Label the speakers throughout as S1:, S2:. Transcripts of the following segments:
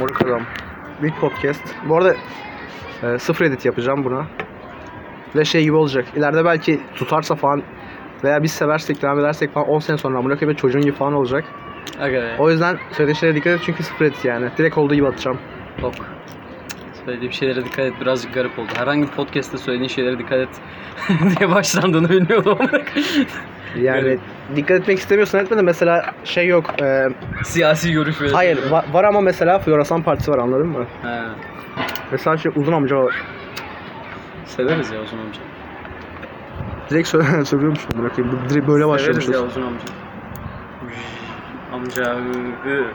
S1: Moruk Adam. Bir podcast. Bu arada e, sıfır edit yapacağım buna. Ve şey gibi olacak. İleride belki tutarsa falan veya biz seversek, devam edersek falan 10 sene sonra amına koyayım çocuğun gibi falan olacak.
S2: Aga be.
S1: O yüzden söylediğim şeylere dikkat et çünkü sıfır edit yani. Direkt olduğu gibi atacağım.
S2: Ok. Söylediğim şeylere dikkat et. Birazcık garip oldu. Herhangi bir podcast'te söylediğin şeylere dikkat et diye başlandığını bilmiyordum.
S1: Yani
S2: Garip.
S1: dikkat etmek istemiyorsan etme de mesela şey yok. e,
S2: Siyasi görüş ve...
S1: hayır va- var ama mesela Florasan Partisi var anladın mı?
S2: Ha.
S1: Mesela şey uzun amca var.
S2: Severiz ya uzun amca.
S1: Direkt söyle söylüyormuşum amına koyayım. Direkt böyle başlamışız.
S2: Severiz ya uzun amca. Amca. ı, ı.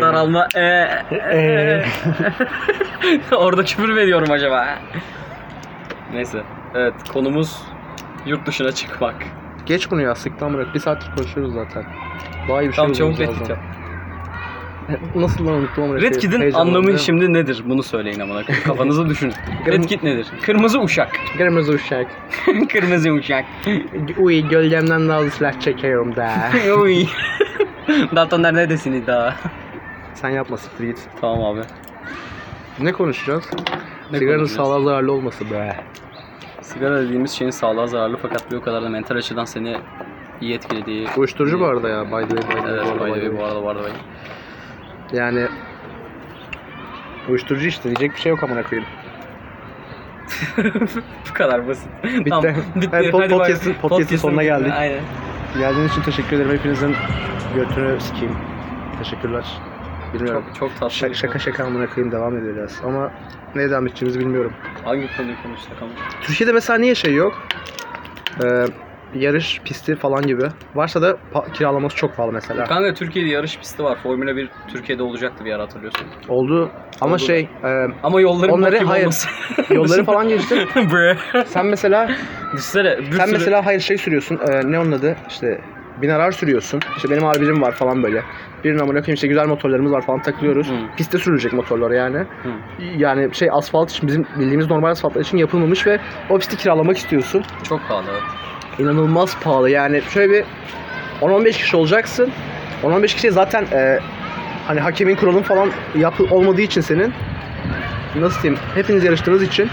S2: Daralma. E, e, e. Orada küfür mü ediyorum acaba? Neyse. Evet konumuz yurt dışına çıkmak.
S1: Geç bunu ya sıktı amına koyayım. Bir saattir konuşuyoruz zaten. Daha iyi bir şey
S2: Tamam çabuk
S1: bulmamız
S2: retweet
S1: lazım.
S2: yap.
S1: Nasıl lan unuttum amına koyayım.
S2: Redkit'in
S1: Heyecanlandım.
S2: anlamı şimdi nedir? Bunu söyleyin amına koyayım. Kafanızı düşünün. Redkit nedir? Kırmızı uşak.
S1: Kırmızı uşak.
S2: Kırmızı uşak.
S1: Uy gölgemden daha silah çekiyorum da.
S2: Oy. Daltonlar neredesiniz daha?
S1: Sen yapma siktir git.
S2: Tamam abi.
S1: Ne konuşacağız?
S2: Ne
S1: Sigaranın
S2: konuşacağız?
S1: sağlığa zararlı olması be.
S2: Sigara dediğimiz şeyin sağlığa zararlı fakat bir o kadar da mental açıdan seni iyi etkilediği...
S1: Uyuşturucu bu arada ya. By the way, by the way,
S2: Evet,
S1: bu arada,
S2: by
S1: by the
S2: the way, bu arada, bu arada. by the way.
S1: Yani uyuşturucu işte diyecek bir şey yok amına koyayım.
S2: bu kadar basit.
S1: Bitti.
S2: Tamam,
S1: Evet, pod-
S2: Hadi
S1: podcast'ın-
S2: bay.
S1: podcast'ın
S2: Podcast'ın
S1: sonuna
S2: bitti.
S1: geldik.
S2: Aynen.
S1: Geldiğiniz için teşekkür ederim. Hepinizin götünü sikeyim. Teşekkürler. Bilmiyorum.
S2: Çok, çok tatlı.
S1: Şaka
S2: bir
S1: şaka,
S2: konu.
S1: şaka amına koyayım devam edeceğiz. Ama ne devam edeceğimizi bilmiyorum.
S2: Hangi konuyu konuşsak ama?
S1: Türkiye'de mesela niye şey yok? Ee, yarış pisti falan gibi. Varsa da pa- kiralaması çok pahalı mesela.
S2: Kanka Türkiye'de yarış pisti var. Formula 1 Türkiye'de olacaktı bir ara hatırlıyorsun.
S1: Oldu ama
S2: Oldu.
S1: şey e,
S2: Ama yolların
S1: Onları-
S2: bok gibi
S1: hayır.
S2: olması.
S1: yolları falan geçtim.
S2: Bre.
S1: Sen mesela
S2: Düşünsene. Bir
S1: sen
S2: sürü-
S1: mesela hayır şey sürüyorsun. e, ne onun adı? İşte binarar sürüyorsun. İşte benim arabacım var falan böyle. Birinin amına koyayım işte güzel motorlarımız var falan takılıyoruz.
S2: Hı.
S1: Piste sürülecek motorlar yani.
S2: Hı.
S1: Yani şey asfalt için bizim bildiğimiz normal asfaltlar için yapılmamış ve o pisti kiralamak istiyorsun.
S2: Çok pahalı evet.
S1: inanılmaz pahalı. Yani şöyle bir 10-15 kişi olacaksın. 10-15 kişiye zaten e, hani hakemin kuralın falan yapı olmadığı için senin nasıl diyeyim hepiniz yarıştığınız için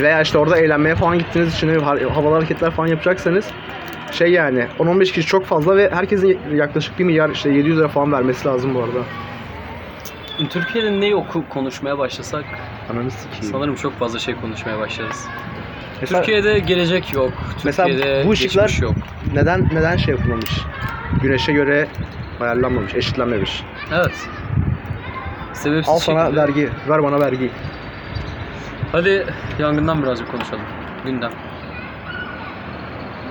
S1: veya işte orada eğlenmeye falan gittiğiniz için hani har- havalı hareketler falan yapacaksanız şey yani 10-15 kişi çok fazla ve herkesin yaklaşık 1 milyar işte 700 lira falan vermesi lazım bu arada.
S2: Türkiye'de ne oku konuşmaya başlasak
S1: Ananı sikeyim.
S2: sanırım çok fazla şey konuşmaya başlarız.
S1: Mesela
S2: Türkiye'de gelecek yok.
S1: Mesela
S2: Türkiye'de
S1: bu ışıklar-
S2: geçmiş yok.
S1: neden neden şey yapılmamış? Güneşe göre ayarlanmamış, eşitlenmemiş.
S2: Evet. Sebepsiz
S1: Al sana
S2: şekilde.
S1: vergi, ver bana vergi.
S2: Hadi yangından birazcık konuşalım. Gündem.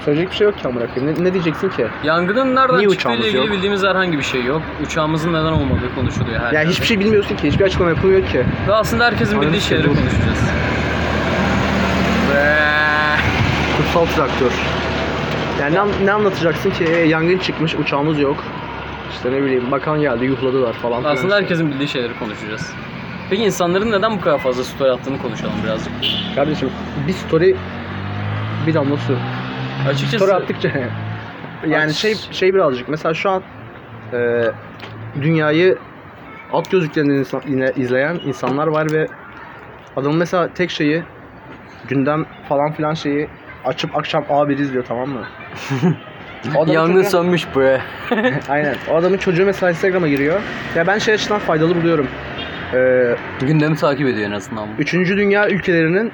S1: Söyleyecek bir şey yok ki amına koyayım. Ne, ne diyeceksin ki?
S2: Yangının nereden
S1: Niye
S2: çıktığı ile
S1: uçağımız
S2: ilgili
S1: yok?
S2: bildiğimiz herhangi bir şey yok. Uçağımızın neden olmadığı konuşuluyor her
S1: Ya
S2: yerde.
S1: hiçbir şey bilmiyorsun ki. Hiçbir açıklama yapılmıyor ki.
S2: Ve aslında herkesin
S1: Aynen
S2: bildiği
S1: işte
S2: şeyleri
S1: bu.
S2: konuşacağız. Ve-
S1: Kutsal traktör. Yani ne, an- ne anlatacaksın ki? E, yangın çıkmış, uçağımız yok. İşte ne bileyim bakan geldi, yuhladılar falan. filan
S2: Aslında
S1: işte.
S2: herkesin bildiği şeyleri konuşacağız. Peki insanların neden bu kadar fazla story attığını konuşalım birazcık.
S1: Kardeşim bir story bir damla su.
S2: Açıkçası
S1: Story attıkça yani
S2: Aç.
S1: şey şey birazcık mesela şu an e, dünyayı at gözlüklerinden insan, yine izleyen insanlar var ve adamın mesela tek şeyi gündem falan filan şeyi açıp akşam A1 izliyor tamam mı? O adamın
S2: yangın
S1: çocuğu-
S2: sönmüş bre.
S1: Aynen. O adamın çocuğu mesela Instagram'a giriyor. Ya ben şey açıdan faydalı buluyorum. Ee,
S2: Gündemi takip ediyor en azından.
S1: üçüncü dünya ülkelerinin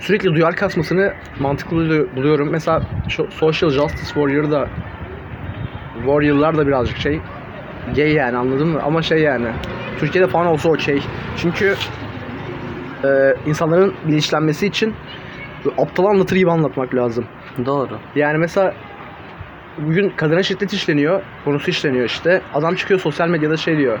S1: sürekli duyar kasmasını mantıklı bulu- buluyorum. Mesela şu Social Justice Warrior da Warrior'lar da birazcık şey gay yani anladın mı? Ama şey yani Türkiye'de falan olsa okey. Çünkü e, insanların bilinçlenmesi için aptal anlatır gibi anlatmak lazım.
S2: Doğru.
S1: Yani mesela bugün kadına şiddet işleniyor. Konusu işleniyor işte. Adam çıkıyor sosyal medyada şey diyor.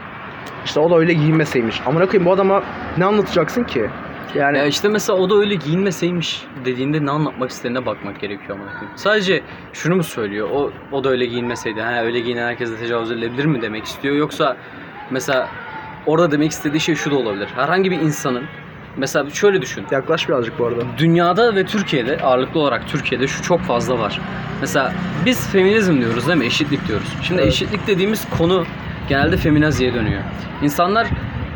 S1: İşte o da öyle giyinmeseymiş. Amına koyayım bu adama ne anlatacaksın ki? Yani
S2: Ya işte mesela o da öyle giyinmeseymiş dediğinde ne anlatmak istediğine bakmak gerekiyor amına koyayım. Sadece şunu mu söylüyor? O o da öyle giyinmeseydi. Ha öyle giyinen herkese tecavüz edilebilir mi demek istiyor yoksa mesela orada demek istediği şey şu da olabilir. Herhangi bir insanın mesela şöyle düşün.
S1: yaklaş birazcık bu arada.
S2: Dünyada ve Türkiye'de ağırlıklı olarak Türkiye'de şu çok fazla var. Mesela biz feminizm diyoruz değil mi? Eşitlik diyoruz. Şimdi
S1: Evet.
S2: eşitlik dediğimiz konu genelde feminaziye dönüyor. İnsanlar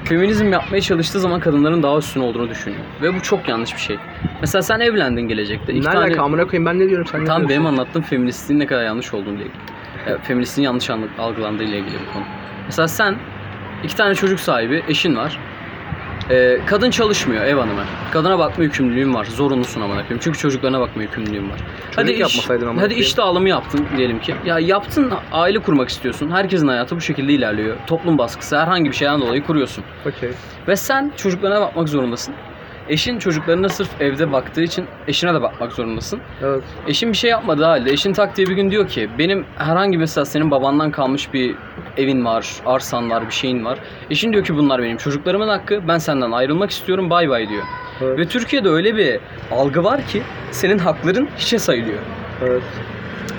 S2: feminizm yapmaya çalıştığı zaman kadınların daha üstün olduğunu düşünüyor. Ve bu çok yanlış bir şey. Mesela sen evlendin gelecekte. İki
S1: Ne
S2: tane-
S1: alaka amına koyayım ben ne diyorum sen ne
S2: Tam benim
S1: diyorsun?
S2: anlattığım feministliğin ne kadar yanlış olduğunu ile ilgili. Ya, feministliğin yanlış anla- algılandığı ile ilgili bir konu. Mesela sen iki tane çocuk sahibi, eşin var. Ee, kadın çalışmıyor ev hanımı. Kadına bakma yükümlülüğün var. Zorunlusun amına koyayım. Çünkü çocuklarına bakma yükümlülüğün var.
S1: yapmasaydın amına
S2: Hadi
S1: koyayım.
S2: iş dağılımı yaptın diyelim ki. Ya yaptın aile kurmak istiyorsun. Herkesin hayatı bu şekilde ilerliyor. Toplum baskısı herhangi bir şeyden dolayı kuruyorsun.
S1: Okey.
S2: Ve sen çocuklarına bakmak zorundasın. Eşin çocuklarına sırf evde baktığı için eşine de bakmak zorundasın.
S1: Evet.
S2: Eşim bir şey yapmadı halde. Eşin tak diye bir gün diyor ki benim herhangi mesela senin babandan kalmış bir evin var, arsan var, bir şeyin var. Eşin diyor ki bunlar benim çocuklarımın hakkı. Ben senden ayrılmak istiyorum. Bay bay diyor.
S1: Evet.
S2: Ve Türkiye'de öyle bir algı var ki senin hakların hiçe sayılıyor.
S1: evet.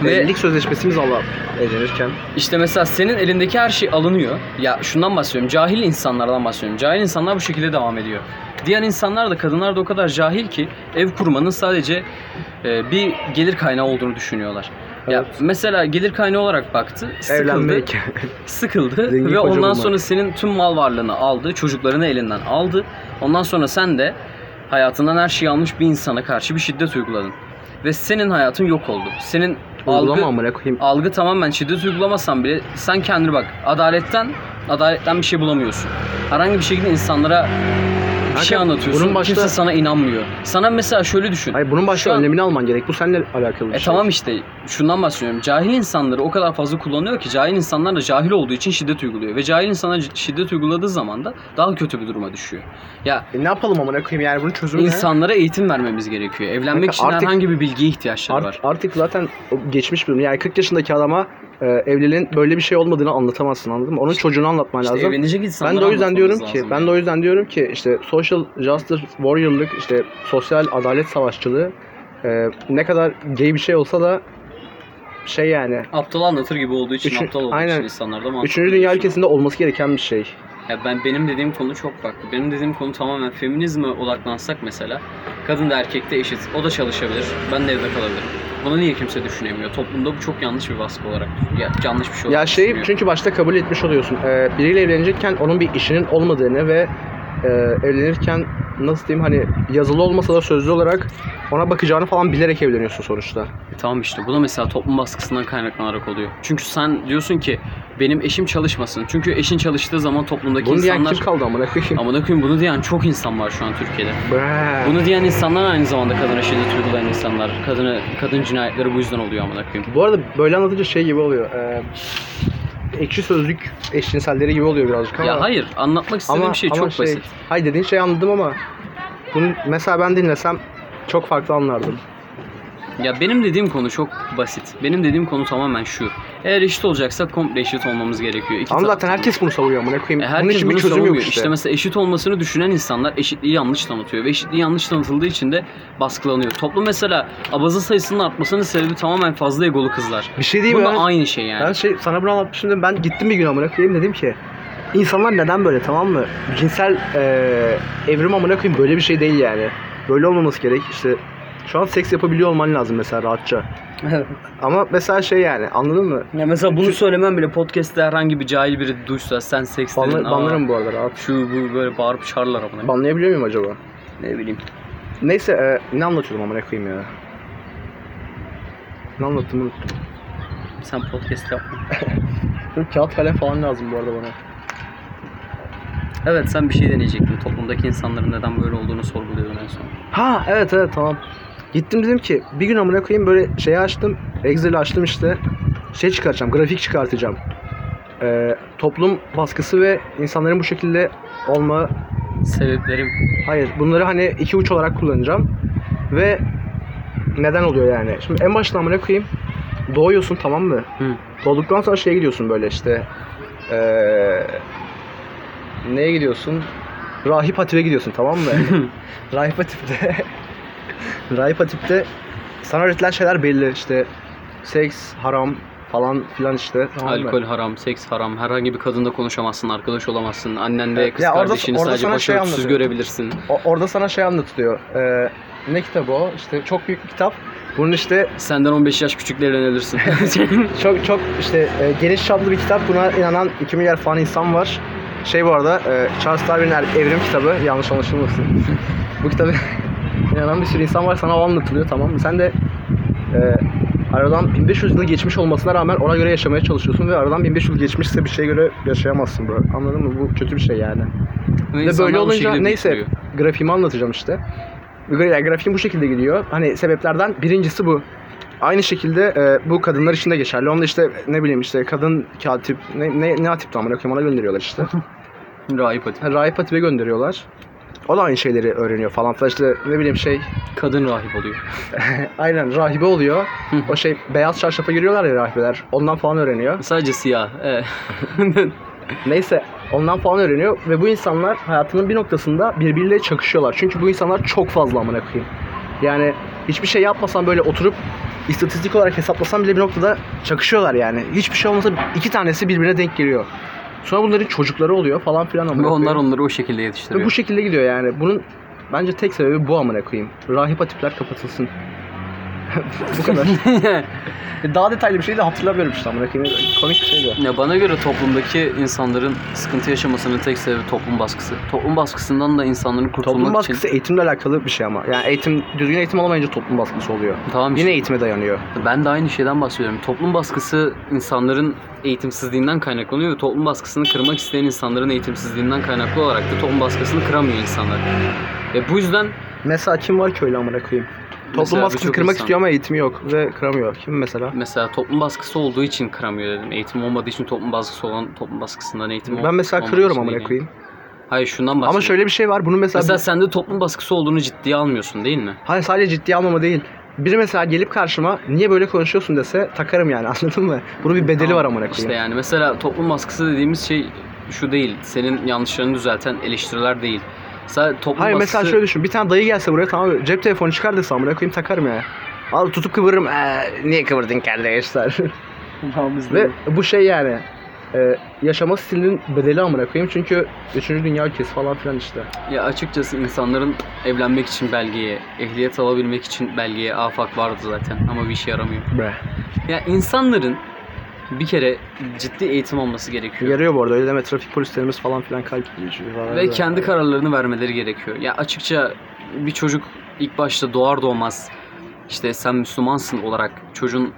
S2: Ve-
S1: Ve evlilik sözleşmesimiz Allah evlenirken.
S2: İşte mesela senin elindeki her şey alınıyor. Ya şundan bahsediyorum. Cahil insanlardan bahsediyorum. Cahil insanlar bu şekilde devam ediyor. Diğer insanlar da kadınlar da o kadar cahil ki ev kurmanın sadece e, bir gelir kaynağı olduğunu düşünüyorlar. Ya
S1: Evet.
S2: mesela gelir kaynağı olarak baktı, sıkıldı,
S1: Evlenmek.
S2: sıkıldı
S1: Zengin
S2: ve
S1: koca
S2: ondan
S1: bulmak.
S2: sonra senin tüm mal varlığını aldı, çocuklarını elinden aldı. Ondan sonra sen de hayatından her şeyi almış bir insana karşı bir şiddet uyguladın. Ve senin hayatın yok oldu. Senin algı,
S1: Uygulama amına koyayım.
S2: algı tamamen şiddet uygulamasan bile sen kendine bak. Adaletten adaletten bir şey bulamıyorsun. Herhangi bir şekilde insanlara bir şey
S1: Kanka,
S2: anlatıyorsun.
S1: bunun başta-
S2: Kimse sana inanmıyor. Sana mesela şöyle düşün.
S1: Hayır bunun başka
S2: Şu an-
S1: önlemini alman gerek. Bu seninle alakalı bir
S2: E
S1: şey.
S2: tamam işte şundan bahsediyorum. Cahil insanları o kadar fazla kullanıyor ki cahil insanlar da cahil olduğu için şiddet uyguluyor. Ve cahil insanlar c- şiddet uyguladığı zaman da daha kötü bir duruma düşüyor. Ya
S1: E ne yapalım amına koyayım yani bunun çözümü ne?
S2: insanlara eğitim vermemiz gerekiyor. Evlenmek
S1: Kanka
S2: için
S1: artık-
S2: herhangi bir bilgiye ihtiyaçları
S1: Art-
S2: var.
S1: artık zaten o geçmiş bir durum. Yani 40 yaşındaki adama e, evliliğin böyle bir şey olmadığını anlatamazsın anladın mı? Onun çocuğunu anlatman
S2: İşte
S1: lazım.
S2: evlenecek insanlara
S1: Ben de o yüzden diyorum
S2: anlatmamız
S1: ki,
S2: lazım.
S1: ben de o yüzden diyorum ki işte social justice warrior'lık, işte sosyal adalet savaşçılığı e, ne kadar gay bir şey olsa da şey yani
S2: Aptal anlatır gibi olduğu için
S1: Üçün-
S2: aptal olduğu
S1: Aynen.
S2: için insanlar da mantıklı
S1: Üçüncü dünya
S2: düşünüyor.
S1: ülkesinde olması gereken bir şey.
S2: Ya ben benim dediğim konu çok farklı. Benim dediğim konu tamamen feminizme odaklansak mesela kadın da erkek de eşit. O da çalışabilir. Ben de evde kalabilirim. Bunu niye kimse düşünemiyor? Toplumda bu çok yanlış bir baskı olarak. Ya, yanlış bir şey olarak
S1: Ya şey
S2: düşünüyor.
S1: çünkü başta kabul etmiş oluyorsun. Ee, biriyle evlenecekken onun bir işinin olmadığını ve e, evlenirken nasıl diyeyim hani yazılı olmasa da sözlü olarak ona bakacağını falan bilerek evleniyorsun sonuçta.
S2: E, Tamam işte bu da mesela toplum baskısından kaynaklanarak oluyor. Çünkü sen diyorsun ki benim eşim çalışmasın. Çünkü eşin çalıştığı zaman toplumdaki
S1: Bunu diyen
S2: insanlar...
S1: kim kaldı amına koyayım?
S2: Amına koyayım bunu diyen çok insan var şu an Türkiye'de.
S1: Bre.
S2: Bunu diyen insanlar aynı zamanda kadına şiddet uygulayan insanlar. Kadını, kadın cinayetleri bu yüzden oluyor amına koyayım.
S1: Bu arada böyle anlatınca şey gibi oluyor. E, ekşi sözlük eşcinselleri gibi oluyor birazcık ama.
S2: Ya hayır anlatmak istediğim şey çok basit.
S1: Hayır dediğin şeyi anladım ama bunu mesela ben dinlesem çok farklı anlardım.
S2: Ya benim dediğim konu çok basit. Benim dediğim konu tamamen şu. Eğer eşit olacaksak komple eşit olmamız gerekiyor. İki
S1: Ama
S2: taraf-
S1: zaten herkes bunu savunuyor amına koyayım.
S2: E,
S1: Bunun
S2: herkes
S1: için bir
S2: bunu
S1: çözüm
S2: savunuyor.
S1: yok
S2: işte. mesela eşit olmasını düşünen insanlar eşitliği yanlış tanıtıyor. Ve eşitliği yanlış tanıtıldığı için de baskılanıyor. Toplum mesela abaza sayısının artmasının sebebi tamamen fazla egolu kızlar.
S1: Bir şey
S2: Bu
S1: diyeyim
S2: da
S1: mi?
S2: aynı şey yani.
S1: Ben şey sana bunu anlatmıştım da ben gittim bir gün amına koyayım dedim ki insanlar neden böyle tamam mı? Cinsel eee evrim amına koyayım böyle bir şey değil yani. Böyle olmaması gerek işte şu an seks yapabiliyor olman lazım mesela rahatça. Ama mesela şey yani anladın mı?
S2: ya mesela bunu söylemem bile podcast'te herhangi bir cahil biri duysa sen seks dedin.
S1: Banla,
S2: aa,
S1: banlarım bu arada rahat.
S2: Şu bu böyle bağırıp çağırırlar amına.
S1: Banlayabiliyor muyum acaba?
S2: Ne bileyim.
S1: Neyse eee, ne anlatıyordum amına koyayım ya? Ne anlattım unuttum.
S2: Sen podcast yapma.
S1: Dur, Kağıt kalem falan lazım bu arada bana.
S2: Evet sen bir şey deneyecektin. Toplumdaki insanların neden böyle olduğunu sorguluyordun en son.
S1: Ha evet evet tamam. Gittim dedim ki bir gün amına koyayım böyle şeyi açtım. Excel'i açtım işte. Şey çıkartacağım, grafik çıkartacağım. Ee, toplum baskısı ve insanların bu şekilde olma...
S2: Sebeplerim
S1: Hayır bunları hani iki uç olarak kullanacağım. Ve neden oluyor yani? Şimdi en baştan amına koyayım. Doğuyorsun tamam mı?
S2: Hı.
S1: Doğduktan sonra şeye gidiyorsun böyle işte. Ee, neye gidiyorsun? Rahip Hatip'e gidiyorsun tamam mı? Rahip Hatip'te Rahip Hatip'te sana öğretilen şeyler belli işte seks, haram falan filan işte tamam mı?
S2: Alkol haram, seks haram. Herhangi bir kadında konuşamazsın, arkadaş olamazsın. Annenle
S1: Evet,
S2: kız
S1: ya orada-
S2: kardeşini
S1: orada
S2: sadece
S1: sana şey
S2: başörtüsüz
S1: anlatıyor.
S2: görebilirsin.
S1: O- orada sana şey anlatılıyor. Ee, ne kitabı o? İşte çok büyük bir kitap. Bunun işte
S2: Senden 15 yaş küçükle evlenebilirsin.
S1: çok çok işte e, geniş çaplı bir kitap. Buna inanan 2 milyar falan insan var. Şey bu arada e, Charles Darwin'in Er- Evrim kitabı yanlış anlaşılmasın. bu kitabı inanan bir sürü insan var sana o anlatılıyor tamam mı? Sen de e, aradan 1500 yıl geçmiş olmasına rağmen ona göre yaşamaya çalışıyorsun ve aradan 1500 yıl geçmişse bir şeye göre yaşayamazsın bro. Anladın mı? Bu kötü bir şey yani. Ve böyle olunca neyse grafiğimi anlatacağım işte. Gra- yani grafiğim bu şekilde gidiyor. Hani sebeplerden birincisi bu. Aynı şekilde e, bu kadınlar için de geçerli. Onda işte ne bileyim işte kadın katip ne ne ne hatip tam ona gönderiyorlar işte.
S2: Rahip hatip.
S1: Ha, Raip Hatip'e gönderiyorlar. O da aynı şeyleri öğreniyor falan filan işte ne bileyim şey
S2: Kadın rahip oluyor.
S1: aynen rahibe oluyor. o şey beyaz çarşafa giriyorlar ya rahibeler. Ondan falan öğreniyor.
S2: Sadece siyah. e. Evet.
S1: Neyse ondan falan öğreniyor ve bu insanlar hayatının bir noktasında birbiriyle çakışıyorlar. Çünkü bu insanlar çok fazla amına koyayım. Yani hiçbir şey yapmasan böyle oturup istatistik olarak hesaplasan bile bir noktada çakışıyorlar yani. Hiçbir şey olmasa iki tanesi birbirine denk geliyor. Sonra bunların çocukları oluyor falan filan amına
S2: Ve
S1: koyayım.
S2: onlar onları o şekilde
S1: Ve bu
S2: yetiştiriyor.
S1: şekilde gidiyor yani. Bunun bence tek sebebi bu amına koyayım. Rahip atipler kapatılsın. bu kadar. Daha detaylı bir şey de hatırlamıyorum işte amına koyayım. Komik bir şey şeydi.
S2: Ya bana göre toplumdaki insanların sıkıntı yaşamasının tek sebebi toplum baskısı. Toplum baskısından da insanların kurtulmak
S1: Toplum
S2: için...
S1: baskısı eğitimle alakalı bir şey ama. Yani eğitim düzgün eğitim olamayınca toplum baskısı oluyor.
S2: Tamam işte.
S1: e- Yine eğitime dayanıyor.
S2: Ben de aynı şeyden bahsediyorum. Toplum baskısı insanların eğitimsizliğinden kaynaklanıyor ve toplum baskısını kırmak isteyen insanların eğitimsizliğinden kaynaklı olarak da toplum baskısını kıramıyor insanlar. Ve bu yüzden
S1: Mesela kim var ki öyle amına koyayım? Toplum
S2: Mesela
S1: baskısını
S2: birçok
S1: kırmak
S2: insan-
S1: istiyor ama eğitimi yok ve kıramıyor. Kim mesela?
S2: mesela toplum baskısı olduğu için kıramıyor dedim. Eğitim olmadığı için toplum baskısı olan toplum baskısından eğitim ol-
S1: Ben mesela
S2: olmadığı
S1: kırıyorum
S2: için
S1: amına
S2: değil.
S1: koyayım.
S2: Hayır şundan bahsediyorum.
S1: Ama şöyle bir şey var. Bunu mesela,
S2: şey Mesela sende toplum baskısı olduğunu ciddiye almıyorsun değil mi?
S1: Hayır sadece ciddiye almama değil. Biri mesela gelip karşıma niye böyle konuşuyorsun dese takarım yani anladın mı? Bunun bir bedeli
S2: Tamam.
S1: var amına koyayım.
S2: İşte yani mesela toplum baskısı dediğimiz şey şu değil. Senin yanlışlarını düzelten eleştiriler değil. Sadece toplum
S1: Hayır
S2: baskısı...
S1: mesela şöyle düşün. Bir tane dayı gelse buraya tamam mı? cep telefonu çıkar dese amına koyayım takarım ya. Al tutup kıvırırım. Ee, niye kıvırdın kardeşler? Ve bu şey yani e, yaşama stilinin bedeli amına koyayım çünkü 3. dünya ülkesi falan filan işte.
S2: Ya açıkçası insanların evlenmek için belgeye, ehliyet alabilmek için belgeye afak vardı zaten ama bir işe yaramıyor.
S1: Bre.
S2: Ya insanların bir kere ciddi eğitim olması gerekiyor.
S1: Yarıyor bu arada öyle deme trafik polislerimiz falan filan kalp geçiyor.
S2: Ve kendi kararlarını vermeleri gerekiyor. Ya açıkça bir çocuk ilk başta doğar doğmaz işte sen Müslümansın olarak çocuğun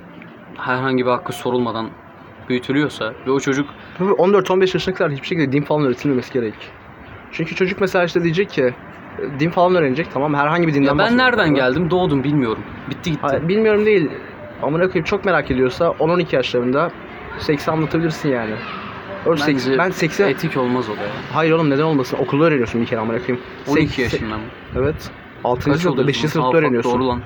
S2: herhangi bir hakkı sorulmadan büyütülüyorsa ve o çocuk
S1: 14-15 yaşına kadar hiçbir şekilde din falan öğretilmemesi gerek. Çünkü çocuk mesela işte diyecek ki e, din falan öğrenecek tamam herhangi bir dinden
S2: ya ben
S1: bahsediyorum
S2: nereden
S1: bu arada.
S2: geldim doğdum bilmiyorum. Bitti gitti.
S1: Hayır, bilmiyorum değil. Amına koyayım çok merak ediyorsa 10-12 yaşlarında seksi anlatabilirsin yani. Öyle
S2: Bence
S1: seks, ben seksi...
S2: Etik olmaz o da ya.
S1: Hayır oğlum neden olmasın? Okulda öğreniyorsun bir kere amına koyayım. Seks- se-
S2: 12 yaşında mı?
S1: Evet. 6. sınıfta,
S2: oluyorsun?
S1: 5.
S2: Aa,
S1: sınıfta
S2: fuck,
S1: öğreniyorsun.
S2: Doğru lan.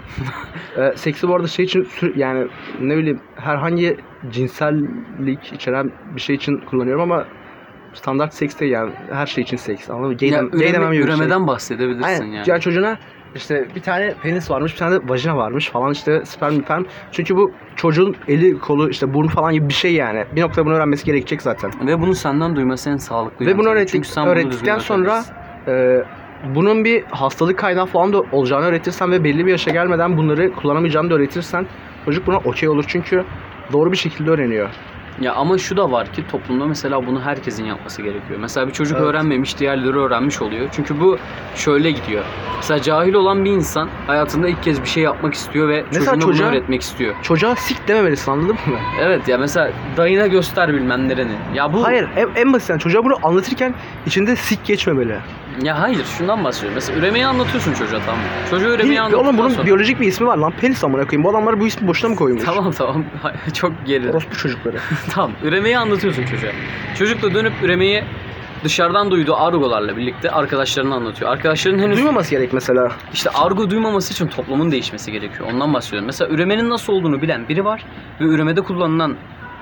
S1: Ee, seksi bu arada şey için sür- yani ne bileyim herhangi cinsellik içeren bir şey için kullanıyorum ama standart seks değil yani her şey için seks anladın mı? Gay,
S2: ya,
S1: dem- gay
S2: üreme-
S1: demem gibi bir şey.
S2: üremeden bahsedebilirsin
S1: Aynen.
S2: yani.
S1: Yani çocuğuna işte bir tane penis varmış, bir tane de vajina varmış falan işte sperm sperm. Çünkü bu çocuğun eli, kolu, işte burnu falan gibi bir şey yani. Bir noktada bunu öğrenmesi gerekecek zaten.
S2: Ve bunu senden duyması en sağlıklı.
S1: Ve bunu
S2: yöntem.
S1: öğrettik-
S2: Çünkü sen bunu düzgün
S1: öğrettikten sonra-
S2: öğretemezsin.
S1: Ee, bunun bir hastalık kaynağı falan da olacağını öğretirsen ve belli bir yaşa gelmeden bunları kullanamayacağını da öğretirsen çocuk buna okey olur çünkü doğru bir şekilde öğreniyor.
S2: Ya ama şu da var ki toplumda mesela bunu herkesin yapması gerekiyor. Mesela bir çocuk
S1: Evet.
S2: öğrenmemiş, diğerleri öğrenmiş oluyor. Çünkü bu şöyle gidiyor. Mesela cahil olan bir insan hayatında ilk kez bir şey yapmak istiyor ve
S1: Mesela
S2: çocuğuna
S1: çocuğa-
S2: bunu öğretmek istiyor.
S1: Çocuğa sik dememelisin anladın mı?
S2: Evet ya mesela dayına göster bilmem nereni. Ya bu
S1: Hayır en, en basitinden çocuğa bunu anlatırken içinde sik geçmemeli.
S2: ya hayır şundan bahsediyorum. Mesela üremeyi anlatıyorsun çocuğa tamam mı? Çocuğa
S1: Bil-
S2: üremeyi anlatıyorsun.
S1: Oğlum bunun biyolojik bir ismi var lan penis amına koyayım. Bu adamlar bu ismi boşuna mı koymuş?
S2: Tamam tamam. Çok geri.
S1: Orospu çocukları.
S2: Tamam. Üremeyi anlatıyorsun çocuğa. Çocuk da dönüp üremeyi dışarıdan duyduğu argolarla birlikte arkadaşlarına anlatıyor. Arkadaşların henüz
S1: Duymaması gerek mesela.
S2: işte argo duymaması için toplumun değişmesi gerekiyor. Ondan bahsediyorum. Mesela üremenin nasıl olduğunu bilen biri var ve üremede kullanılan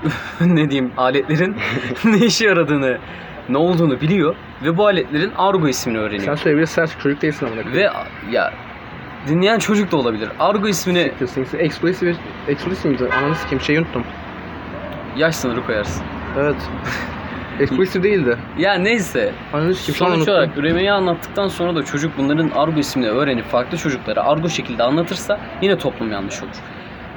S2: ne diyeyim aletlerin ne işe yaradığını, ne olduğunu biliyor ve bu aletlerin argo ismini
S1: Sen
S2: öğreniyor.
S1: söyleyebilirsin sert çocuk değilsin amına koyayım.
S2: Ve ya dinleyen çocuk da olabilir. Argo ismini
S1: Siktirsin. Sen Explicit bir... Explicit miydi? Ananı sikeyim şey unuttum.
S2: yaş sınırı koyarsın.
S1: Evet. Explicit değildi.
S2: Ya neyse
S1: Ananı sikeyim şu an
S2: Sonuç
S1: unuttum.
S2: olarak üremeyi anlattıktan sonra da çocuk bunların argo isimleri öğrenip farklı çocuklara argo şekilde anlatırsa yine toplum yanlış olur.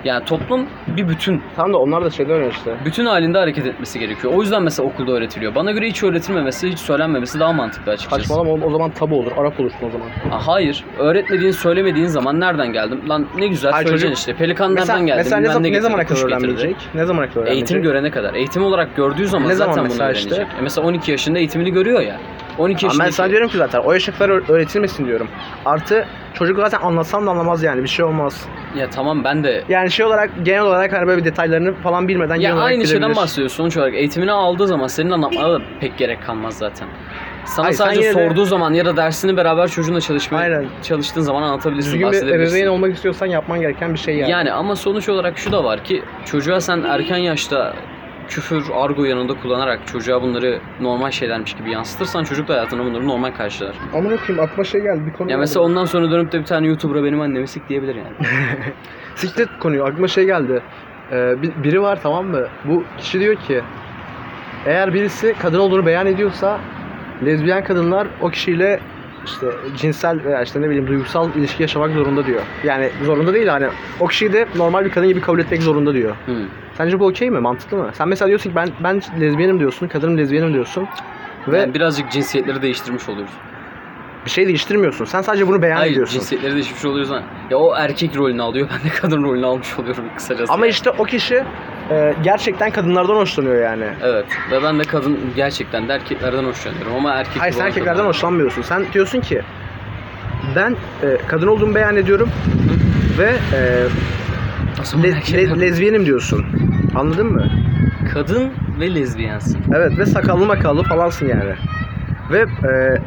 S2: Yani toplum bir bütün.
S1: Tam da onlar da şeyden öyle işte.
S2: Bütün halinde hareket etmesi gerekiyor. O yüzden mesela okulda öğretiliyor. Bana göre hiç öğretilmemesi, hiç söylenmemesi daha mantıklı açıkçası.
S1: Saçmalama oğlum o zaman tabu olur. Arap olursun o zaman.
S2: Ha, hayır. Öğretmediğin, söylemediğin zaman nereden geldim? Lan ne güzel
S1: Hayır,
S2: söyleyeceksin
S1: çocuk-
S2: işte. Pelikanlardan
S1: Mesela,
S2: geldim.
S1: mesela ne,
S2: bilmem
S1: zaman, ne
S2: getirdi,
S1: zamana
S2: kuş
S1: kadar
S2: getirdi.
S1: öğrenmeyecek? Ne zamana kadar öğrenmeyecek?
S2: Eğitim görene kadar. Eğitim olarak gördüğü zaman
S1: Ne
S2: zaten
S1: zaman
S2: bunu
S1: mesela
S2: öğrenecek.
S1: işte?
S2: E mesela 12 yaşında eğitimini görüyor ya. 12
S1: Ama
S2: yaşında.
S1: ben sana diyorum ki zaten o yaşlıklar öğ- öğretilmesin diyorum. Artı çocuk zaten anlatsam da anlamaz yani bir şey olmaz.
S2: Ya tamam ben de
S1: Yani şey olarak genel olarak hani böyle bir detaylarını falan bilmeden genel
S2: Ya
S1: olarak
S2: aynı şeyden
S1: bilebilir.
S2: bahsediyor sonuç olarak. Eğitimini aldığı zaman senin anlatmana da pek gerek kalmaz zaten. Sana
S1: Hayır, sen
S2: sadece
S1: yine de-
S2: sorduğu zaman ya da dersini beraber çocuğunla çalışma,
S1: Aynen.
S2: çalıştığın zaman anlatabilirsin,
S1: Düzgün bir
S2: bahsedebilirsin.
S1: ebeveyn olmak istiyorsan yapman gereken bir şey yani.
S2: yani. ama sonuç olarak şu da var ki çocuğa sen erken yaşta küfür, argo yanında kullanarak çocuğa bunları normal şeylermiş gibi yansıtırsan çocuk da hayatında bunları normal karşılar.
S1: Amına koyayım aklıma şey geldi bir konu.
S2: Ya
S1: geldi.
S2: mesela ondan sonra dönüp de bir tane YouTuber'a benim annemi sik diyebilir yani.
S1: Siktir konuyu aklıma şey geldi. Ee, bi- biri var tamam mı? Bu kişi diyor ki eğer birisi kadın olduğunu beyan ediyorsa lezbiyen kadınlar o kişiyle işte cinsel veya işte ne bileyim duygusal ilişki yaşamak zorunda diyor. Yani zorunda değil hani o kişiyi de normal bir kadın gibi kabul etmek zorunda diyor.
S2: Hı.
S1: Sence bu okey mi? Mantıklı mı? Sen mesela diyorsun ki ben ben lezbiyenim diyorsun, kadınım lezbiyenim diyorsun ve
S2: Yani birazcık cinsiyetleri değiştirmiş oluyoruz.
S1: bir şey değiştirmiyorsun. Sen sadece bunu beyan
S2: Hayır
S1: ediyorsun.
S2: cinsiyetleri değişmiş oluyoruz ama ya o erkek rolünü alıyor ben de kadın rolünü almış oluyorum kısacası.
S1: Ama
S2: yani.
S1: işte o kişi e, gerçekten kadınlardan hoşlanıyor yani.
S2: Evet ve ben de kadın gerçekten de erkeklerden hoşlanıyorum ama erkek
S1: Hayır sen
S2: olarak-
S1: erkeklerden hoşlanmıyorsun. Sen diyorsun ki ben e, kadın olduğumu beyan ediyorum ve e,
S2: O zaman
S1: le-
S2: erkeklerden-
S1: le- lezbiyenim diyorsun. Anladın mı?
S2: kadın ve lezbiyensin.
S1: Evet ve sakallı makallı falansın yani. Ve e,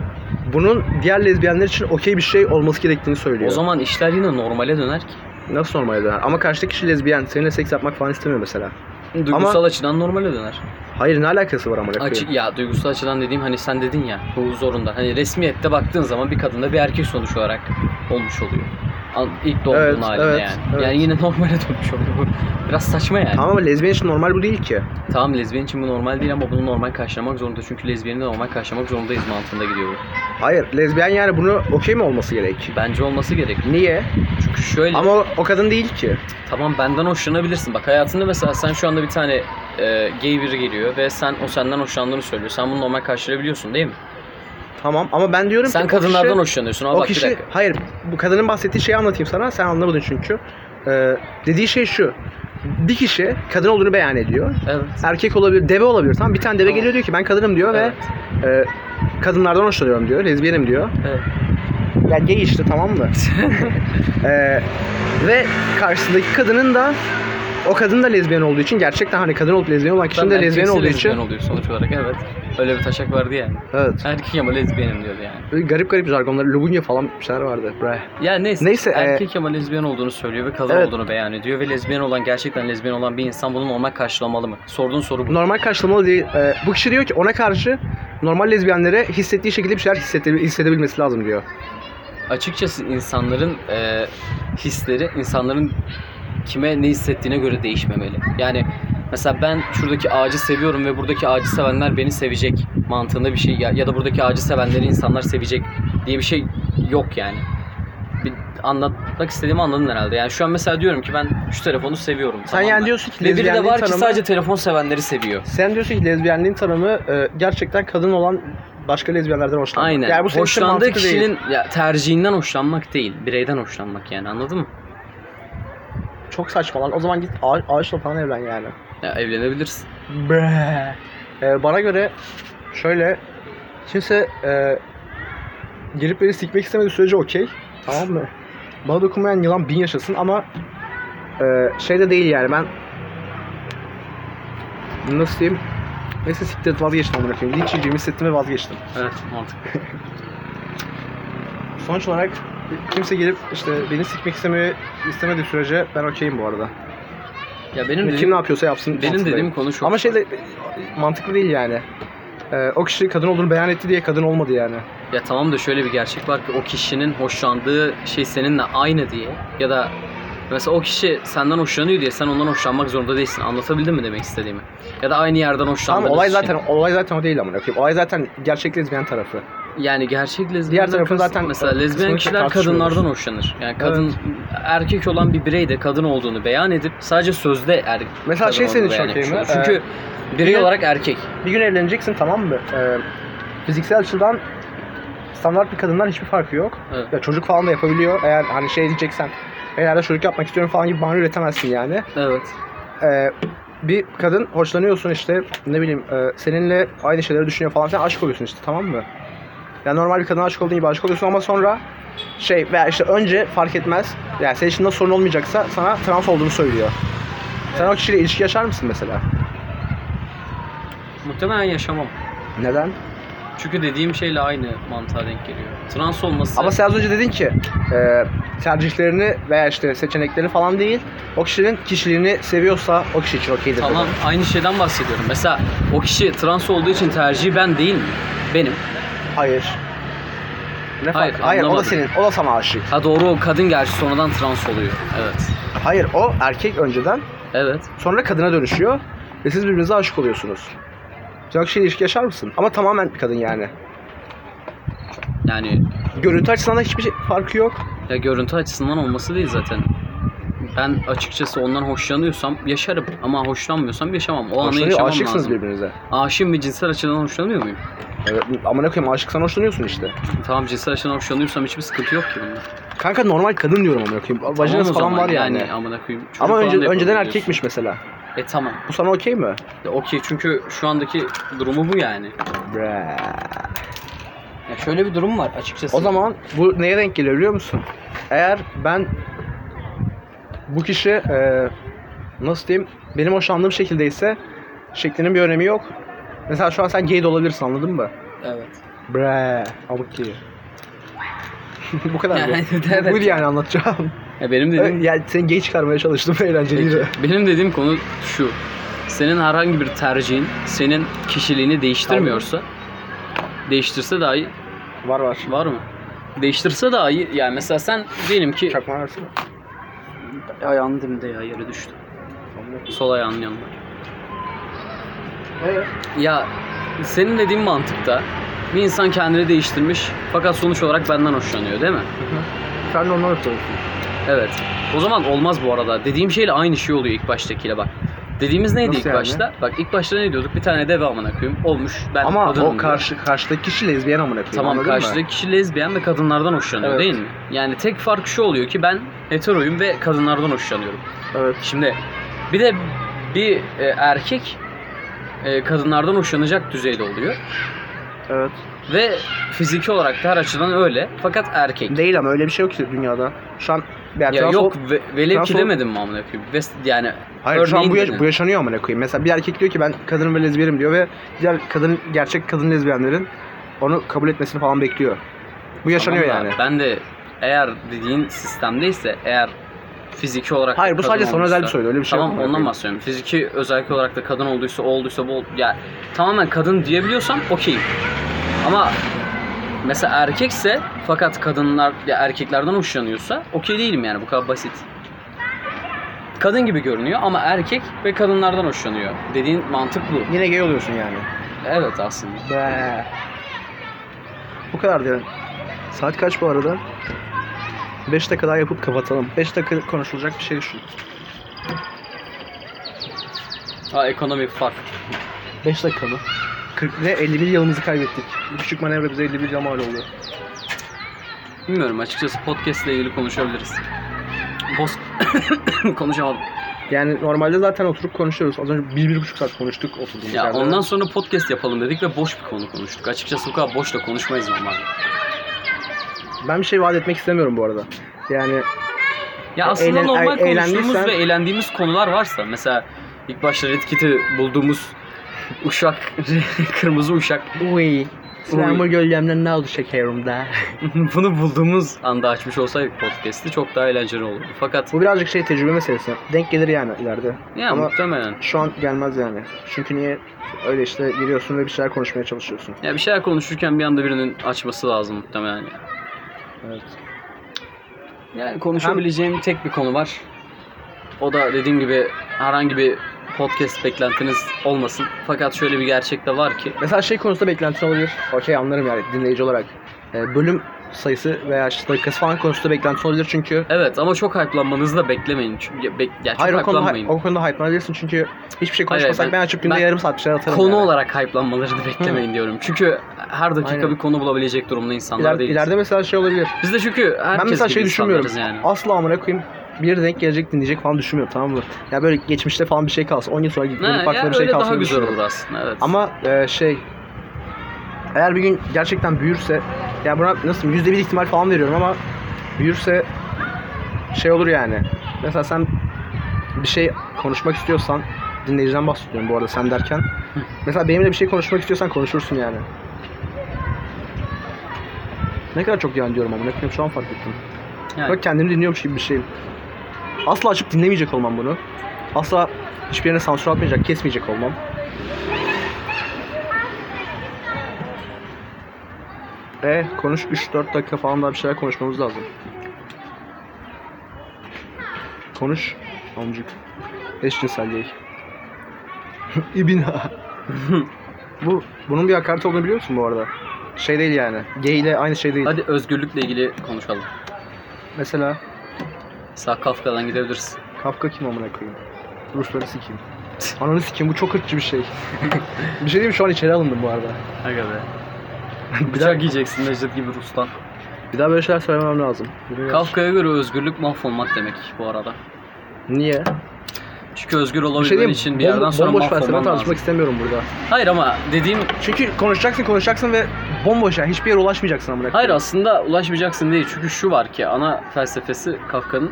S1: bunun diğer lezbiyenler için okey bir şey olması gerektiğini söylüyor.
S2: O zaman işler yine normale döner ki.
S1: Nasıl normale döner? Ama karşıdaki kişi lezbiyen. Seninle seks yapmak falan istemiyor mesela.
S2: Duygusal açıdan normale döner.
S1: Hayır ne alakası var amına
S2: Açık
S1: koyayım?
S2: ya duygusal açıdan dediğim hani sen dedin ya bu zorunda. Hani resmiyette baktığın zaman bir kadında bir erkek sonuç olarak olmuş oluyor. Al- İlk doğduğun
S1: Evet,
S2: halinde
S1: evet,
S2: yani.
S1: evet.
S2: Yani yine normale dönmüş oluyor. Biraz saçma yani.
S1: Tamam ama lezbiyen için normal bu değil ki.
S2: Tamam lezbiyen için bu normal değil ama bunu normal karşılamak zorunda. Çünkü lezbiyeni de normal karşılamak zorundayız mantığında gidiyor bu.
S1: Hayır lezbiyen yani bunu okey mi olması gerek?
S2: Bence olması gerek.
S1: Niye?
S2: Çünkü şöyle
S1: Ama o, o kadın değil ki.
S2: tamam benden hoşlanabilirsin. Bak hayatında mesela sen şu anda bir tane e, gay biri geliyor ve sen o senden hoşlandığını söylüyor. Sen bunu normal karşılayabiliyorsun değil mi?
S1: Tamam ama ben diyorum
S2: sen
S1: ki o kişi-
S2: kadınlardan hoşlanıyorsun ama
S1: O
S2: bak bir
S1: kişi
S2: dakika.
S1: hayır bu kadının bahsettiği şeyi anlatayım sana sen anlamadın çünkü. Ee, dediği şey şu. Bir kişi kadın olduğunu beyan ediyor.
S2: Evet.
S1: Erkek olabilir, deve olabilir tamam. Bir tane deve
S2: Tamam.
S1: geliyor diyor ki ben kadınım diyor
S2: Evet.
S1: ve e, kadınlardan hoşlanıyorum diyor. Lezbiyenim diyor.
S2: Evet.
S1: Ya gay işte tamam mı? Ee, ve karşısındaki kadının da o kadın da lezbiyen olduğu için gerçekten hani kadın olup lezbiyen olan kişinin
S2: Sen
S1: de lezbiyen
S2: erkeksi
S1: olduğu için
S2: lezbiyen oluyor sonuç olarak evet. Öyle bir taşak vardı ya.
S1: evet.
S2: Erkek ama lezbiyenim diyordu yani.
S1: Böyle garip garip jargonlar, lubunya falan bir şeyler vardı. Bre.
S2: Ya neyse,
S1: Neyse, e-
S2: erkek ama lezbiyen olduğunu söylüyor ve kadın
S1: Evet.
S2: olduğunu beyan ediyor ve lezbiyen olan gerçekten lezbiyen olan bir insan bunu normal karşılamalı mı? Sorduğun soru bu.
S1: normal karşılamalı değil. Ee, bu kişi diyor ki ona karşı normal lezbiyenlere hissettiği şekilde bir şeyler hissede- hissedebilmesi lazım diyor.
S2: Açıkçası insanların e, hisleri insanların kime ne hissettiğine göre değişmemeli. Yani mesela ben şuradaki ağacı seviyorum ve buradaki ağacı sevenler beni sevecek mantığında bir şey ya, ya da buradaki ağacı sevenleri insanlar sevecek diye bir şey yok yani. Bir anlatmak istediğimi anladın herhalde. Yani şu an mesela diyorum ki ben şu telefonu seviyorum.
S1: Sen yani diyorsun ki
S2: Ve biri de
S1: lezbiyenliğin
S2: var ki
S1: tanımı-
S2: sadece telefon sevenleri seviyor.
S1: Sen diyorsun ki lezbiyenliğin tanımı e, gerçekten kadın olan başka lezbiyenlerden hoşlanmak.
S2: Aynen.
S1: Yani bu senin için
S2: Hoşlandığı
S1: mantıklı değil.
S2: kişinin ya, tercihinden hoşlanmak değil, bireyden hoşlanmak yani anladın mı?
S1: Çok saçma lan. O zaman git ağa- ağaçla falan evlen yani.
S2: Ya evlenebilirsin.
S1: Bre. Ee, bana göre şöyle kimse e, gelip beni sikmek istemediği sürece okey. Tamam mı? Bana dokunmayan yılan bin yaşasın ama e, şey de değil yani ben nasıl diyeyim neyse siktir et, vazgeçtim amına koyayım. Linç yiyeceğimi hissettim ve vazgeçtim.
S2: Evet mantıklı.
S1: Sonuç olarak kimse gelip işte beni sikmek istemiyor, istemediği sürece ben okeyim bu arada.
S2: Ya benim
S1: Kim
S2: dediğim,
S1: ne yapıyorsa yapsın.
S2: benim
S1: mantığındayım.
S2: dediğim konu çok
S1: Ama şey de mantıklı değil yani. Ee, o kişi kadın olduğunu beyan etti diye kadın olmadı yani.
S2: Ya tamam da şöyle bir gerçek var ki o kişinin hoşlandığı şey seninle aynı diye ya da mesela o kişi senden hoşlanıyor diye sen ondan hoşlanmak zorunda değilsin. Anlatabildim mi demek istediğimi? Ya da aynı yerden
S1: Tamam
S2: hoşlandığınız
S1: olay
S2: için.
S1: zaten olay zaten o değil amına koyayım. Olay zaten gerçek lezbiyen tarafı.
S2: Yani gerçek lezbiyen
S1: Diğer tarafı
S2: takıntı-
S1: zaten
S2: mesela lezbiyen
S1: kesinlikle
S2: kişiler
S1: tartışmıyoruz.
S2: kadınlardan hoşlanır. Yani kadın erkek olan bir birey de kadın olduğunu beyan edip sadece sözde er- erkek
S1: Mesela şey senin için okey mi?
S2: Çünkü birey
S1: yine-
S2: olarak erkek.
S1: Bir gün evleneceksin tamam mı? Ee, fiziksel açıdan standart bir kadından hiçbir farkı yok.
S2: Evet.
S1: Ya çocuk falan da yapabiliyor. Eğer hani şey diyeceksen eğer de çocuk yapmak istiyorum falan gibi bahane üretemezsin yani.
S2: Evet.
S1: Ee, bir kadın hoşlanıyorsun işte ne bileyim e, seninle aynı şeyleri düşünüyor falan sen aşık oluyorsun işte tamam mı? Yani normal bir kadına aşık olduğun gibi aşık oluyorsun ama sonra şey veya işte önce fark etmez. Yani senin için nasıl sorun olmayacaksa sana trans olduğunu söylüyor. Sen o kişiyle ilişki yaşar mısın mesela?
S2: Muhtemelen yaşamam.
S1: Neden?
S2: Çünkü dediğim şeyle aynı mantığa denk geliyor. Trans olması
S1: Ama sen az önce dedin ki e, tercihlerini veya işte seçenekleri falan değil. O kişinin kişiliğini seviyorsa o kişi için okeydir. dedin.
S2: Tamam aynı şeyden bahsediyorum. Mesela o kişi trans olduğu için tercihi ben değil mi? Benim.
S1: Hayır. Ne
S2: Hayır,
S1: farkı? Hayır o da
S2: anlamadım.
S1: senin. O da sana aşık.
S2: Ha doğru o kadın gerçi sonradan trans oluyor. Evet.
S1: Hayır o erkek önceden
S2: Evet.
S1: sonra kadına dönüşüyor ve siz birbirinize aşık oluyorsunuz. Sen o kişiyle ilişki yaşar mısın? Ama tamamen bir kadın yani.
S2: Yani
S1: Görüntü açısından da hiçbir şey, farkı yok.
S2: ya görüntü açısından olması değil zaten. Ben açıkçası ondan hoşlanıyorsam yaşarım ama hoşlanmıyorsam yaşamam. O anı
S1: Hoşlanıyor,
S2: yaşamam
S1: aşıksınız
S2: lazım.
S1: birbirinize.
S2: Aşığım ve cinsel açıdan hoşlanıyor muyum?
S1: Evet, ama ne koyayım aşıksan hoşlanıyorsun işte.
S2: Tamam cinsel açıdan hoşlanıyorsam hiçbir sıkıntı yok ki bunda.
S1: Kanka normal kadın diyorum ama koyayım. Vajinası
S2: Tamam o
S1: falan
S2: zaman
S1: var yani.
S2: amına koyayım. Çocuk
S1: Ama
S2: falan
S1: önce,
S2: da
S1: önceden
S2: yapabiliyorsun.
S1: erkekmiş mesela.
S2: E tamam.
S1: Bu sana okey mi?
S2: Ya Okey çünkü şu andaki durumu bu yani.
S1: Bre.
S2: Ya şöyle bir durum var açıkçası.
S1: O zaman bu neye denk geliyor biliyor musun? Eğer ben bu kişi e, nasıl diyeyim benim hoşlandığım şekildeyse şeklinin bir önemi yok. Mesela şu an sen gay de olabilirsin anladın mı?
S2: evet.
S1: Bre, amık ki. bu kadar
S2: Yani,
S1: yani,
S2: evet.
S1: Buydu yani anlatacağım.
S2: Ya benim dediğim
S1: Evet, yani seni gay çıkarmaya çalıştım eğlenceliydi.
S2: Peki, benim dediğim konu şu. Senin herhangi bir tercihin senin kişiliğini değiştirmiyorsa değiştirse dahi
S1: Var var.
S2: var mı? Değiştirse dahi yani mesela sen diyelim ki
S1: Çakma versene.
S2: ayağını dimde ya yere düştü. Sol ayağının yanına.
S1: Ee,
S2: Ya senin dediğin mantıkta bir insan kendini değiştirmiş fakat sonuç olarak benden hoşlanıyor değil mi?
S1: sen de ondan ötürüyorsun.
S2: Evet. O zaman olmaz bu arada. Dediğim şeyle aynı şey oluyor ilk baştakiyle bak. Dediğimiz neydi
S1: Nasıl
S2: ilk
S1: yani?
S2: başta? Bak ilk başta ne diyorduk? Bir tane deve amına koyayım. Olmuş. Ben
S1: Ama
S2: kadınım
S1: o
S2: diyor.
S1: karşı karşıdaki kişi lezbiyen amına koyayım.
S2: Tamam
S1: anladın mı?
S2: karşıdaki kişi lezbiyen ve kadınlardan hoşlanıyor
S1: Evet.
S2: değil mi? Yani tek fark şu oluyor ki ben heteroyum ve kadınlardan hoşlanıyorum.
S1: Evet.
S2: Şimdi bir de bir e, erkek e, kadınlardan hoşlanacak düzeyde oluyor.
S1: Evet.
S2: Ve fiziki olarak da her açıdan öyle. Fakat erkek.
S1: Değil ama öyle bir şey yok ki dünyada. Şu an yani
S2: ya
S1: trans-
S2: yok ve, velev ki
S1: transfob-
S2: demedim mi amına koyayım? Ves- Yani
S1: Hayır şu an
S2: örneğin
S1: bu, yaş-
S2: dedim.
S1: bu yaşanıyor amına koyayım. Mesela bir erkek diyor ki ben kadınım ve lezbiyenim diyor ve diğer kadın gerçek kadın lezbiyenlerin onu kabul etmesini falan bekliyor. Bu yaşanıyor
S2: Tamam da
S1: yani.
S2: Ben de eğer dediğin sistemdeyse eğer fiziki olarak da
S1: Hayır bu
S2: kadın
S1: sadece sana
S2: olmuşsa-
S1: özel bir söylüyor. Öyle bir şey
S2: tamam
S1: yok amına
S2: ondan
S1: koyayım.
S2: bahsediyorum. Fiziki özellik olarak da kadın olduysa o olduysa bu ol- yani tamamen kadın diyebiliyorsam okeyim. Ama mesela erkekse fakat kadınlar ya erkeklerden hoşlanıyorsa okey değilim yani bu kadar basit. Kadın gibi görünüyor ama erkek ve kadınlardan hoşlanıyor. Dediğin mantık bu.
S1: Yine gay oluyorsun yani.
S2: Evet aslında.
S1: Be. Bu kadar diyelim. Saat kaç bu arada? 5 dakika daha yapıp kapatalım. 5 dakika konuşulacak bir şey düşün.
S2: Ha ekonomik fark.
S1: 5 dakika mı? 40 ve 51 yılımızı kaybettik. Bu küçük manevra bize 51 yıl mal oldu.
S2: Bilmiyorum açıkçası podcast ile ilgili konuşabiliriz. Post konuşamadım.
S1: Yani normalde zaten oturup konuşuyoruz. Az önce bir, bir buçuk saat konuştuk oturduğumuz
S2: Ya
S1: yerde.
S2: ondan sonra podcast yapalım dedik ve boş bir konu konuştuk. Açıkçası bu kadar boş da konuşmayız normalde.
S1: Ben bir şey vaat etmek istemiyorum bu arada. Yani
S2: Ya aslında
S1: eğlen-
S2: normal
S1: e-
S2: konuştuğumuz
S1: eğlendiysen-
S2: ve eğlendiğimiz konular varsa mesela ilk başta Red Kit'i bulduğumuz uşak, kırmızı uşak
S1: uy.
S2: Uy.
S1: Sinema gölgemden ne oldu şekerimde?
S2: bunu bulduğumuz anda açmış olsaydık podcast'i çok daha eğlenceli olurdu. Fakat
S1: Bu birazcık şey tecrübe meselesi. Denk gelir yani ileride.
S2: ya
S1: Ama-
S2: muhtemelen.
S1: Şu an gelmez yani. Çünkü niye öyle işte giriyorsun ve bir şeyler konuşmaya çalışıyorsun.
S2: Ya bir şeyler konuşurken bir anda birinin açması lazım muhtemelen ya.
S1: Evet.
S2: Yani konuşabileceğim tek bir konu var. O da dediğim gibi herhangi bir podcast beklentiniz olmasın. Fakat şöyle bir gerçek de var ki
S1: Mesela şey konusunda beklenti olabilir. Okey anlarım yani dinleyici olarak. Ee, bölüm sayısı veya işte dakikası falan konusunda beklenti olabilir çünkü
S2: evet ama çok hype'lanmanızı da beklemeyin. Çünkü ya, bek, ya çok
S1: Hayır o konuda,
S2: hype'lanmayın.
S1: o konuda hype'lanabilirsin çünkü hiçbir şey
S2: Hayır,
S1: konuşmasak
S2: ben-
S1: ben, açıp günde
S2: ben-
S1: yarım saat bir şeyler atarım.
S2: Konu
S1: yani.
S2: olarak hype'lanmalarını beklemeyin diyorum. Çünkü her dakika
S1: Aynen.
S2: bir konu bulabilecek durumda insanlar
S1: İler,
S2: değiliz.
S1: ileride mesela şey olabilir.
S2: Biz de çünkü herkes
S1: ben mesela
S2: gibi
S1: şey düşünmüyorum.
S2: insanlarız yani.
S1: Asla amına koyayım bir yere denk gelecek dinleyecek falan düşünmüyorum tamam mı? Ya böyle geçmişte falan bir şey kalsın. 10 yıl sonra gidip
S2: Ne, ya
S1: dönüp baktığında bir şey
S2: öyle
S1: kalsın.
S2: daha
S1: diye
S2: güzel
S1: düşünüyorum.
S2: olur aslında evet.
S1: Ama e, şey eğer bir gün gerçekten büyürse ya buna nasıl yüzde bir ihtimal falan veriyorum ama büyürse şey olur yani. Mesela sen bir şey konuşmak istiyorsan dinleyiciden bahsediyorum bu arada sen derken. Mesela benimle bir şey konuşmak istiyorsan konuşursun yani. Ne kadar çok yani diyorum ama ne kadar şu an fark ettim.
S2: Yani.
S1: Bak kendimi dinliyormuş gibi bir şeyim. Asla açıp dinlemeyecek olmam bunu. Asla hiçbir yerine sansür atmayacak, kesmeyecek olmam. E konuş 3-4 dakika falan daha bir şeyler konuşmamız lazım. Konuş. Amcık. Eşcinsel değil. İbina. bu, bunun bir hakaret olduğunu biliyor musun bu arada? Şey değil yani. Gay ile aynı şey değil.
S2: Hadi özgürlükle ilgili konuşalım.
S1: Mesela
S2: Sağ Kafka'dan gidebiliriz.
S1: Kafka kim amına koyayım? Rusları sikeyim. Ananı sikeyim bu çok ırkçı bir şey. bir şey diyeyim mi? şu an içeri alındım bu arada.
S2: Aga be.
S1: bir, daha,
S2: Bıçak yiyeceksin Necdet gibi Rus'tan.
S1: bir daha böyle şeyler söylemem lazım. Yürü ya.
S2: Kafka'ya göre özgürlük mahvolmak demek bu arada.
S1: Niye?
S2: Çünkü özgür
S1: Bir şey
S2: olabilmen
S1: diyeyim mi?
S2: için bir
S1: Bombo-
S2: yerden sonra
S1: bomboş felsefe
S2: mahvolman lazım.
S1: tartışmak istemiyorum burada.
S2: Hayır ama dediğim...
S1: Çünkü konuşacaksın konuşacaksın ve bomboş yani hiçbir yere ulaşmayacaksın amına
S2: Hayır
S1: koyayım.
S2: aslında ulaşmayacaksın değil. Çünkü şu var ki ana felsefesi Kafka'nın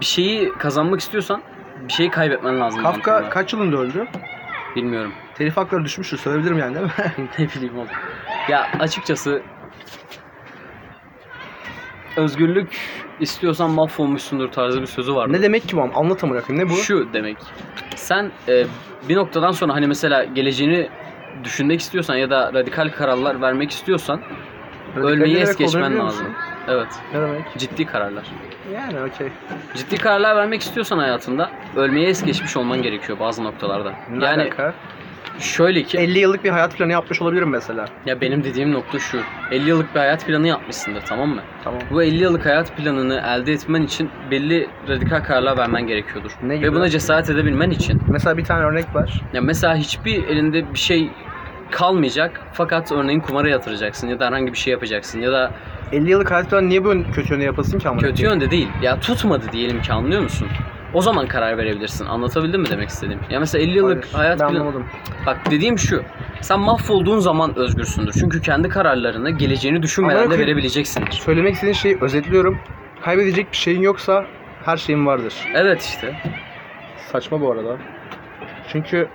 S2: bir şeyi kazanmak istiyorsan bir şeyi kaybetmen lazım.
S1: Kafka
S2: mantığında.
S1: kaç yılında öldü?
S2: Bilmiyorum.
S1: Telif hakları düşmüştür söyleyebilirim yani değil mi?
S2: ne bileyim oğlum. Ya açıkçası özgürlük istiyorsan mahvolmuşsundur tarzı bir sözü var.
S1: ne demek ki bu am- anlat amına koyayım ne bu?
S2: Şu demek. Sen e, bir noktadan sonra hani mesela geleceğini düşünmek istiyorsan ya da radikal kararlar vermek istiyorsan
S1: Radikal
S2: ölmeyi
S1: olarak
S2: es geçmen
S1: olabiliyor
S2: lazım.
S1: musun?
S2: Evet.
S1: Ne demek?
S2: Ciddi kararlar.
S1: Yani okey.
S2: Ciddi kararlar vermek istiyorsan hayatında ölmeyi es geçmiş olman gerekiyor bazı noktalarda.
S1: Ne
S2: yani
S1: alaka?
S2: şöyle ki
S1: 50 yıllık bir hayat planı yapmış olabilirim mesela.
S2: ya benim dediğim nokta şu. 50 yıllık bir hayat planı yapmışsındır tamam mı?
S1: Tamam.
S2: Bu 50 yıllık hayat planını elde etmen için belli radikal kararlar vermen gerekiyordur.
S1: Ne
S2: Ve
S1: gibi?
S2: buna cesaret edebilmen için
S1: Mesela bir tane örnek var.
S2: Ya mesela hiçbir elinde bir şey kalmayacak fakat örneğin kumara yatıracaksın ya da herhangi bir şey yapacaksın ya da
S1: 50 yıllık hayat planı niye böyle kötü yöne yapasın ki amına
S2: kötü
S1: koyayım?
S2: yönde değil. Ya tutmadı diyelim ki anlıyor musun? O zaman karar verebilirsin. Anlatabildim mi demek istediğim? Ya mesela 50 yıllık
S1: Hayır,
S2: hayat
S1: ben
S2: planı-
S1: anlamadım.
S2: Bak dediğim şu. Sen mahvolduğun zaman özgürsündür. Çünkü kendi kararlarını geleceğini düşünmeden
S1: Amına
S2: de
S1: koyayım.
S2: verebileceksindir.
S1: Söylemek istediğin şeyi özetliyorum. Kaybedecek bir şeyin yoksa her şeyin vardır.
S2: Evet işte.
S1: Saçma bu arada. Çünkü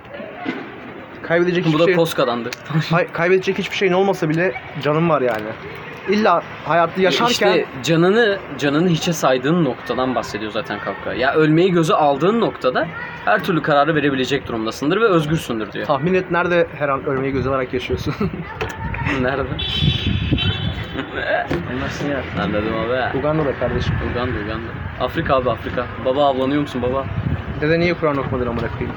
S1: kaybedecek
S2: Bu
S1: hiçbir
S2: da
S1: şey,
S2: Koska'dandı.
S1: Hay- kaybedecek hiçbir şeyin olmasa bile canım var yani. İlla hayatta yaşarken
S2: İşte canını canını hiçe saydığın noktadan bahsediyor zaten Kafka. Ya ölmeyi göze aldığın noktada her türlü kararı verebilecek durumdasındır ve özgürsündür diyor.
S1: tahmin et nerede her an ölmeyi göz alarak yaşıyorsun.
S2: Nerede?
S1: Anlarsın ya.
S2: Anladım abi.
S1: Uganda'da kardeşim.
S2: Uganda, Uganda. Afrika abi Afrika. Baba avlanıyor musun baba?
S1: Dede niye Kur'an okumadın amına koyayım?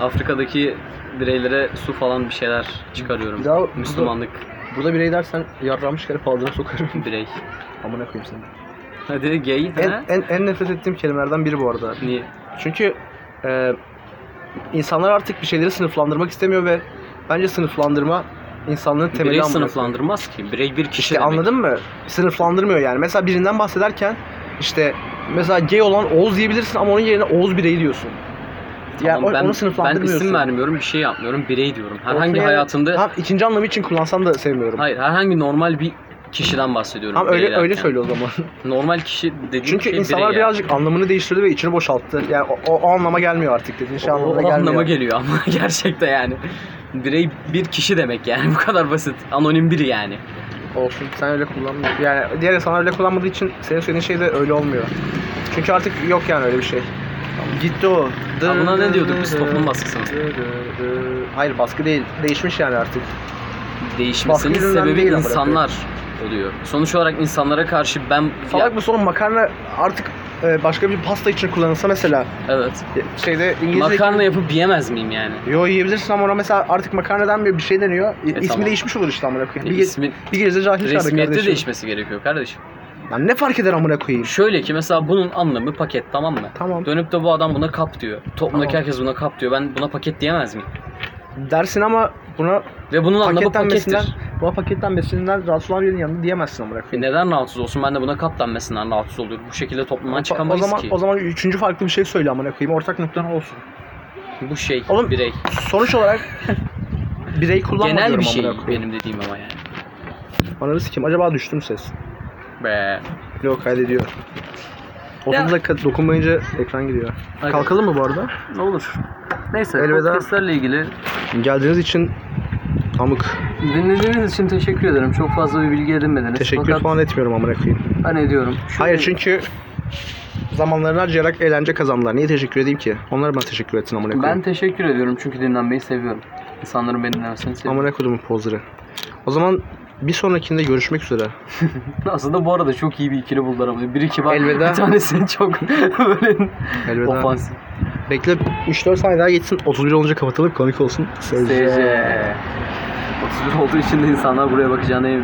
S2: Afrika'daki bireylere su falan bir şeyler çıkarıyorum.
S1: Ya,
S2: Müslümanlık
S1: Burada birey dersen yarramış kere paldıra sokarım.
S2: birey.
S1: amına koyayım seni.
S2: Hadi gay ha?
S1: En, en, en nefret ettiğim kelimelerden biri bu arada.
S2: Niye?
S1: Çünkü e, insanlar artık bir şeyleri sınıflandırmak istemiyor ve bence sınıflandırma insanlığın temeli
S2: Birey
S1: amına koyayım.
S2: sınıflandırmaz ki. Birey bir kişi
S1: İşte
S2: demek.
S1: anladın mı? Sınıflandırmıyor yani. Mesela birinden bahsederken işte mesela gay olan Oğuz diyebilirsin ama onun yerine Oğuz bireyi diyorsun.
S2: Tamam,
S1: yani o-
S2: ben,
S1: onu
S2: ben
S1: sınıflandırmıyorsun.
S2: isim vermiyorum, bir şey yapmıyorum. Birey diyorum. Herhangi
S1: Ortaya-
S2: hayatında
S1: Tam ikinci anlamı için kullansan da sevmiyorum.
S2: Hayır herhangi normal bir kişiden bahsediyorum.
S1: Tam öyle
S2: bireylerken.
S1: öyle söyle o zaman.
S2: Normal kişi dediğim
S1: Çünkü
S2: şey
S1: insanlar
S2: birey
S1: birazcık anlamını değiştirdi ve içini boşalttı. Yani o, o- o anlama gelmiyor artık dediğin şey
S2: yani. o,
S1: anlamına
S2: o
S1: gelmiyor.
S2: anlama geliyor ama gerçekten yani. Birey bir kişi demek yani bu kadar basit. Anonim biri yani.
S1: Olsun sen öyle kullanmıyorsun. Yani diğer insanlar öyle kullanmadığı için senin söylediğin şey de öyle olmuyor. Çünkü artık yok yani öyle bir şey. Gitti o.
S2: Ya buna ne
S1: Dı-
S2: diyorduk biz
S1: dı-
S2: toplum
S1: dı-
S2: baskısı mı?
S1: dı- dı- dı. Hayır baskı değil. Değişmiş yani artık.
S2: Değişmesinin
S1: Baskı yüzünden
S2: sebebi
S1: değil ama
S2: insanlar oluyor. Sonuç olarak insanlara karşı ben ya,
S1: Salak bu son makarna artık e, başka bir pasta için kullanılsa mesela e,
S2: Evet.
S1: şeyde İngilizce
S2: Makarna yapıp yiyemez miyim yani?
S1: Yo yiyebilirsin ama ona mesela artık makarnadan bir bir şey deniyor. İ-
S2: E,
S1: ismi
S2: tamam.
S1: değişmiş olur işte amına koyayım. Bir, ge-
S2: İsmin
S1: bir gece cahil şahı
S2: resmiyette
S1: kardeşim.
S2: değişmesi gerekiyor kardeşim.
S1: Lan ne fark eder amına koyayım?
S2: Şöyle ki mesela bunun anlamı paket tamam mı?
S1: Tamam.
S2: Dönüp de bu adam buna kap diyor. Toplumdaki
S1: Tamam.
S2: herkes buna kap diyor. Ben buna paket diyemez miyim?
S1: Dersin ama buna
S2: Ve bunun anlamı
S1: paketten
S2: pakettir.
S1: besinden, buna paketten besinden rahatsız olan birinin yanında diyemezsin amına
S2: E
S1: koyayım.
S2: neden rahatsız olsun? Ben de buna kap denmesinden rahatsız oluyorum. Bu şekilde toplumdan
S1: o
S2: çıkamayız
S1: zaman
S2: ki.
S1: o zaman üçüncü farklı bir şey söyle amına koyayım. Ortak noktan olsun.
S2: Bu şey,
S1: Oğlum,
S2: birey.
S1: Sonuç olarak birey kullanma
S2: Genel
S1: diyorum
S2: bir şey
S1: amına koyayım.
S2: benim dediğim ama yani.
S1: Ananı sikeyim. Acaba düştüm ses.
S2: Be.
S1: Yok kaydediyor. 30 dakika dokunmayınca ekran gidiyor.
S2: Hadi.
S1: Kalkalım mı bu arada?
S2: Ne olur. Neyse
S1: Elveda.
S2: podcastlerle ilgili
S1: Geldiğiniz için amık.
S2: dinlediğiniz için teşekkür ederim. Çok fazla bir bilgi edinmediniz.
S1: Teşekkür
S2: Fakat
S1: falan etmiyorum amına koyayım.
S2: Ben ediyorum. Şu-
S1: Hayır çünkü zamanlarını harcayarak eğlence kazandılar. Niye teşekkür edeyim ki? Onlara ben teşekkür etsin amına koyayım.
S2: Ben teşekkür ediyorum çünkü dinlenmeyi seviyorum. İnsanların beni dinlemesini seviyorum.
S1: Amına kodumun pozları. O zaman bir sonrakinde görüşmek üzere.
S2: Aslında bu arada çok iyi bir ikili buldular ama. Biri kibar,
S1: Elveda.
S2: bir tanesi çok böyle
S1: Elveda.
S2: ofansif.
S1: Bekle 3-4 saniye daha geçsin. 31 olunca kapatalım komik olsun.
S2: SC. 31 olduğu için de insanlar buraya bakacağına eminim.